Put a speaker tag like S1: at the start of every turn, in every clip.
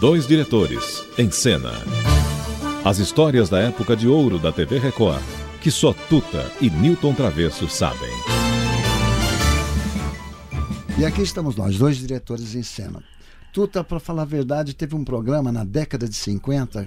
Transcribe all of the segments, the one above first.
S1: Dois diretores em cena. As histórias da época de ouro da TV Record, que só Tuta e Newton Travesso sabem.
S2: E aqui estamos nós, dois diretores em cena. Tuta, para falar a verdade, teve um programa na década de 50,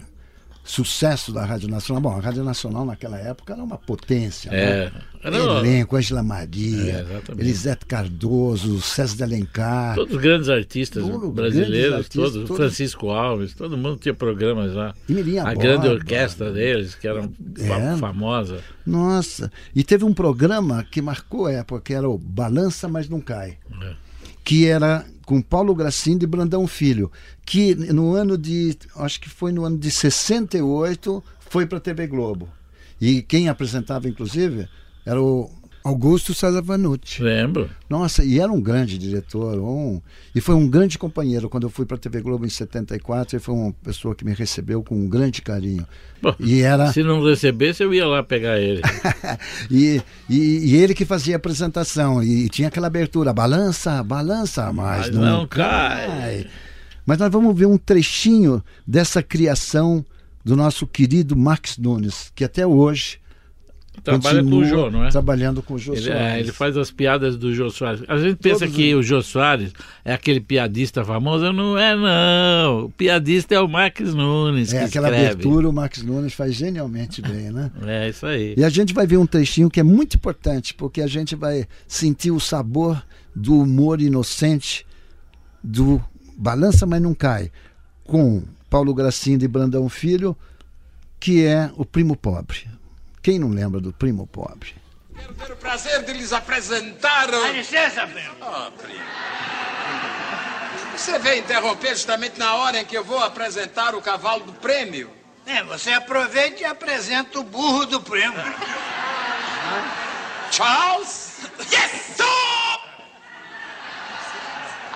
S2: sucesso da Rádio Nacional. Bom, a Rádio Nacional naquela época era uma potência.
S3: É.
S2: Né?
S3: Era uma-
S2: Elenco, Angela Maria,
S3: É, exatamente.
S2: Elisete Cardoso, César de Alencar.
S3: Todos os grandes artistas
S2: Todos,
S3: brasileiros,
S2: grandes artistas,
S3: todos,
S2: todos.
S3: Francisco Alves, todo mundo tinha programas lá.
S2: E Mirim
S3: a
S2: Borba.
S3: grande orquestra deles, que era fa-
S2: É.
S3: famosa.
S2: Nossa, e teve um programa que marcou a época, que era o Balança Mas Não Cai. Que era com Paulo Gracindo e Brandão Filho, que no ano de, acho que foi no ano de 68, foi para a TV Globo. E quem apresentava, inclusive, era o Augusto César Vanucci.
S3: Lembro.
S2: Nossa, e era um grande diretor, um, e foi um grande companheiro. Quando eu fui para a TV Globo em 74, ele foi uma pessoa que me recebeu com um grande carinho.
S3: Bom,
S2: E era
S3: Se não recebesse, eu ia lá pegar ele.
S2: e, e- e ele que fazia a apresentação e, tinha aquela abertura, balança, balança, mas,
S3: Mas
S2: não,
S3: Ah,
S2: é.
S3: não cai.
S2: Mas nós vamos ver um trechinho dessa criação do nosso querido Max Nunes, que até hoje
S3: Trabalha com o
S2: continua
S3: Jô, não é?
S2: Trabalhando com o Jô
S3: Ele, é,
S2: Soares.
S3: ele faz as piadas do Jô Soares. A gente pensa
S2: Todos
S3: que o Jô Soares é aquele piadista famoso. Não é, não. O piadista é o Max Nunes.
S2: É,
S3: que
S2: aquela
S3: escreve.
S2: abertura o Max Nunes faz genialmente bem, né?
S3: É isso aí.
S2: E a gente vai ver um trechinho que é muito importante, porque a gente vai sentir o sabor do humor inocente do Balança Mas Não Cai, com Paulo Gracindo e Brandão Filho, que é o Primo Pobre. Quem não lembra do Primo Pobre?
S4: Quero ter o prazer de lhes apresentar o...
S5: Dá licença, Pedro.
S4: Ah, primo. Você veio interromper justamente na hora em que eu vou apresentar o cavalo do prêmio.
S5: É, você aproveita e apresenta o burro do prêmio.
S4: Charles? Yes! Stop!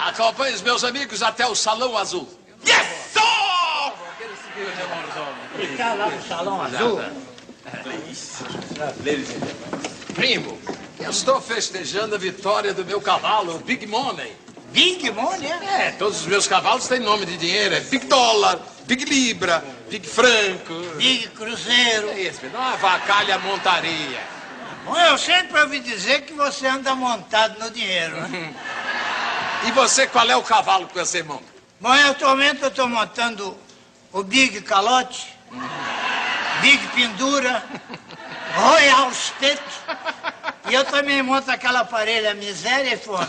S4: Acompanhe os meus amigos até o Salão Azul. Yes! Stop!
S5: Tá lá no salão azul.
S4: Primo, eu estou festejando a vitória do meu cavalo, o Big Money.
S5: Big Money,
S4: É, todos os meus cavalos têm nome de dinheiro. É Big Dólar, Big Libra, Big Franco.
S5: Big Cruzeiro.
S4: É isso, não avacalha a montaria.
S5: Bom, eu sempre ouvi dizer que você anda montado no dinheiro. né?
S4: E você, qual é o cavalo que você monta?
S5: Bom, eu, atualmente eu estou montando o Big Calote, Big Pendura, Royal Espeto. E eu também monto aquela parelha miséria é e fome.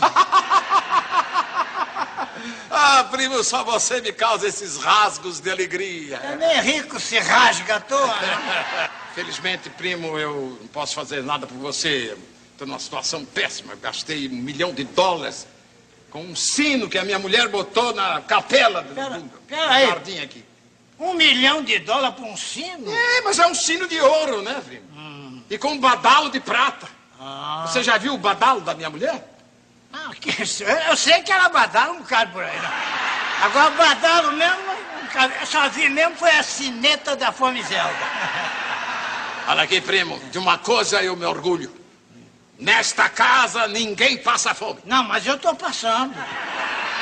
S4: Ah, primo, só você me causa esses rasgos de alegria.
S5: Também rico se rasga à toa. né?
S4: Felizmente, primo, eu não posso fazer nada por você. Estou numa situação péssima. Eu Gastei um milhão de dólares com um sino que a minha mulher botou na capela do,
S5: Pera-
S4: do- do
S5: pera aí.
S4: jardim aqui.
S5: Um milhão de dólar por um sino?
S4: É, mas é um sino de ouro, né, primo?
S5: Hum.
S4: E com um badalo de prata. Você já viu o badalo da minha mulher?
S5: Ah, que isso? Eu eu sei que era badalo um bocado por aí, não. Agora, badalo mesmo, nunca vi. eu só vi mesmo foi a sineta da fome Zelda.
S4: Olha aqui, primo, de uma coisa eu me orgulho. Nesta casa ninguém passa fome.
S5: Não, mas eu tô passando.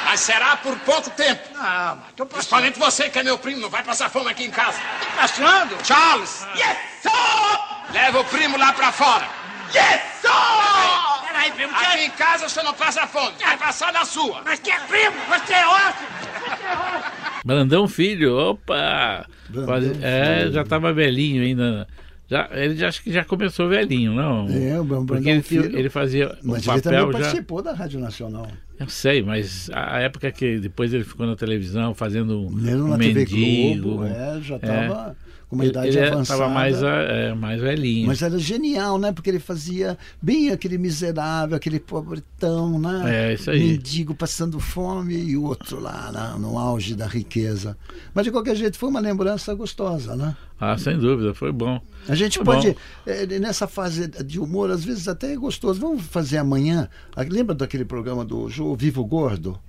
S4: Mas será por pouco tempo.
S5: Não, mas tô passando.
S4: Principalmente você que é meu primo, não vai passar fome aqui em casa.
S5: Tô passando?
S4: Charles! Yes, sir! Leva o primo lá pra fora. Yes, sir!
S5: Peraí, primo,
S4: Aqui
S5: que...
S4: em casa você não passa fome, vai passar na sua.
S5: Mas que é primo, você é ótimo.
S3: Brandão Filho, opa!
S2: Brandão
S3: Faz- é, já estava velhinho ainda. Já, ele já, acho que já começou velhinho, não?
S2: É, o Brandão
S3: Porque ele, fi-
S2: Filho.
S3: ele fazia um
S2: Mas ele também
S3: papel já...
S2: participou da Rádio Nacional.
S3: Eu sei, mas a a época que depois ele ficou na televisão fazendo um,
S2: Mesmo
S3: um
S2: na TV
S3: mendigo.
S2: Globo, é, já estava com uma
S3: Ele
S2: idade
S3: ele
S2: avançada.
S3: estava mais, é, mais velhinho.
S2: Mas era genial, né? Porque ele fazia bem aquele miserável, aquele pobretão, né?
S3: É, isso aí.
S2: Mendigo passando fome e o outro lá, na- no auge da riqueza. Mas de qualquer jeito, foi uma lembrança gostosa, né?
S3: Ah, sem dúvida, foi bom.
S2: A gente
S3: Foi
S2: pode,
S3: bom.
S2: eh, nessa fase de humor, às vezes até é gostoso. Vamos fazer amanhã. Ah, Lembra daquele programa do Jô Vivo Gordo?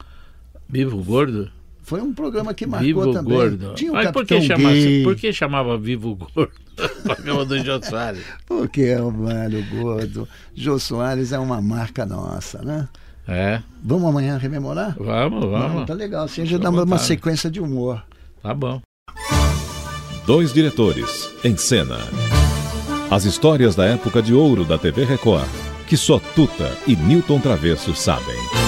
S3: Vivo Gordo?
S2: Foi um programa que marcou
S3: Vivo
S2: também.
S3: Gordo.
S2: Tinha um
S3: Mas por que,
S2: Capitão
S3: chama-
S2: Gay.
S3: por que chamava Vivo Gordo? O programa do Jô Soares.
S2: Porque é o Mário Gordo. Jô Soares é uma marca nossa, né?
S3: É,
S2: Vamos amanhã rememorar?
S3: vamos,
S2: Não,
S3: vamos.
S2: tá legal, assim
S3: Fica
S2: já
S3: à
S2: dá uma uma
S3: vontade.
S2: sequência de humor.
S3: Tá bom.
S1: Dois diretores em cena. As histórias da época de ouro da TV Record, que só Tuta e Newton Travesso sabem.